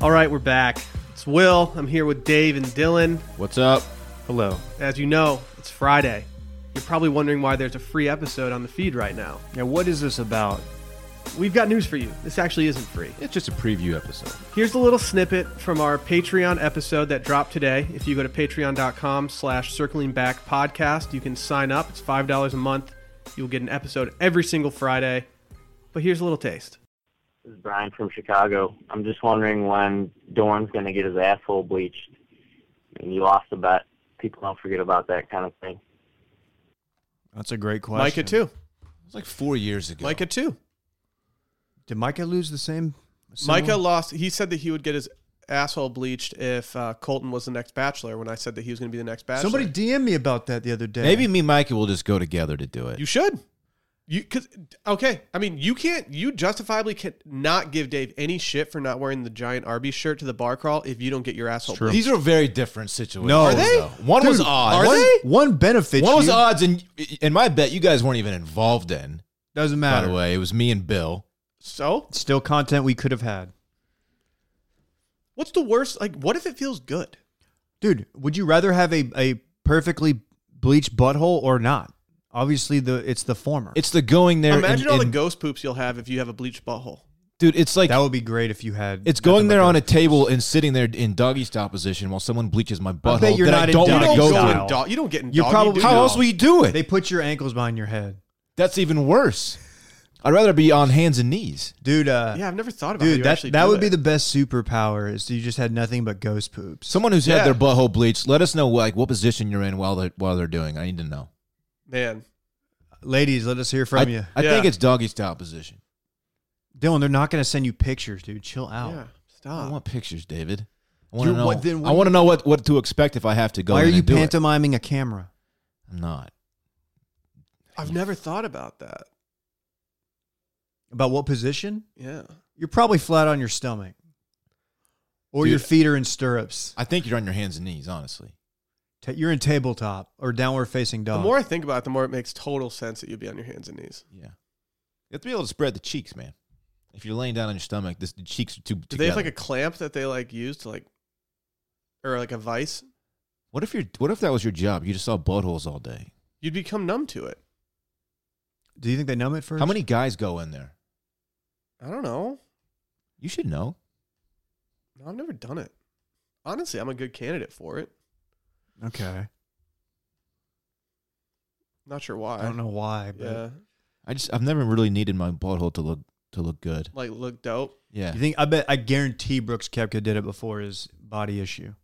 All right, we're back. It's Will. I'm here with Dave and Dylan. What's up? Hello. As you know, it's Friday. You're probably wondering why there's a free episode on the feed right now. Now, what is this about? We've got news for you. This actually isn't free. It's just a preview episode. Here's a little snippet from our Patreon episode that dropped today. If you go to patreon.com slash circling back podcast, you can sign up. It's $5 a month. You'll get an episode every single Friday. But here's a little taste. This is Brian from Chicago. I'm just wondering when Dorn's going to get his asshole bleached. And you lost a bet. People don't forget about that kind of thing. That's a great question. Micah too. It's like four years ago. Micah too. Did Micah lose the same? similar- Micah lost. He said that he would get his asshole bleached if uh, Colton was the next bachelor. When I said that he was going to be the next bachelor, Somebody DM me about that the other day. Maybe me and Mikey will just go together to do it. you should. You because okay. I mean, you can't. You justifiably cannot give Dave any shit for not wearing the giant Arby's shirt to the bar crawl if you don't get your asshole. bleached. These are very different situations. No. Are they? though. One was Dude, odds. are one, they? One benefits One was you. odds, and in my bet, you guys weren't even involved in. Doesn't By matter. the way, it was me and Bill. So Still content we could have had. what's the worst? Like, what if it feels good? Dude, would you rather have a, a perfectly bleached butthole or not? Obviously, the it's the former. It's the going there. Imagine and- all the and- ghost poops you'll have if you have a bleached butthole. dude. It's like that would be great if you had. it's going there on a table and sitting there in doggy style position while someone bleaches my butthole. bet you're that not I in don't doggy You want to don't go go Oh, style. to. in dog. You don't get in You're doggy, do probably- How you? else will you do it? They put your ankles behind your head, That's even worse. I'd rather be on hands and knees. dude. Uh, Yeah, I've never thought about. how dude, you that actually that do would be it. the best superpower is you just had nothing but ghost poops. Someone who's Yeah. had their butthole bleached, let us know like what position you're in while they're while they're doing. it. I need to know. man. Ladies, let us hear from I, you. I Yeah. think it's doggy style position. Dylan, they're not going to send you pictures, dude. Chill out. Yeah, I stop. want pictures, David. I want to You're- know. what- then what I do want to know what, what to expect if I have to go. Why are in you and do it. pantomiming a camera? I'm not. I've never thought about that. About what position? Yeah. You're probably flat on your stomach, or Dude. your feet are in stirrups. I think you're on your hands and knees, honestly. Ta- You're in tabletop or downward facing The dog. more I think about it, the more it makes total sense that you'd be on your hands and knees. Yeah. You have to be able to spread the cheeks, man. If you're laying down on your stomach, this, the cheeks are too. Do they have like a clamp that they like use to like, or like a vice? what if you're? What if that was your job? You just saw buttholes all day. You'd become numb to it. Do you think they numb it first? How many guys go in there? I don't know. You should know. No, I've never done it. Honestly, I'm a good candidate for it. Okay. Not sure I why. don't know why, but Yeah. I just I've never really needed my butthole to look to look good. Like look dope. Yeah. you think I bet I guarantee Brooks Kepka did it before his body issue.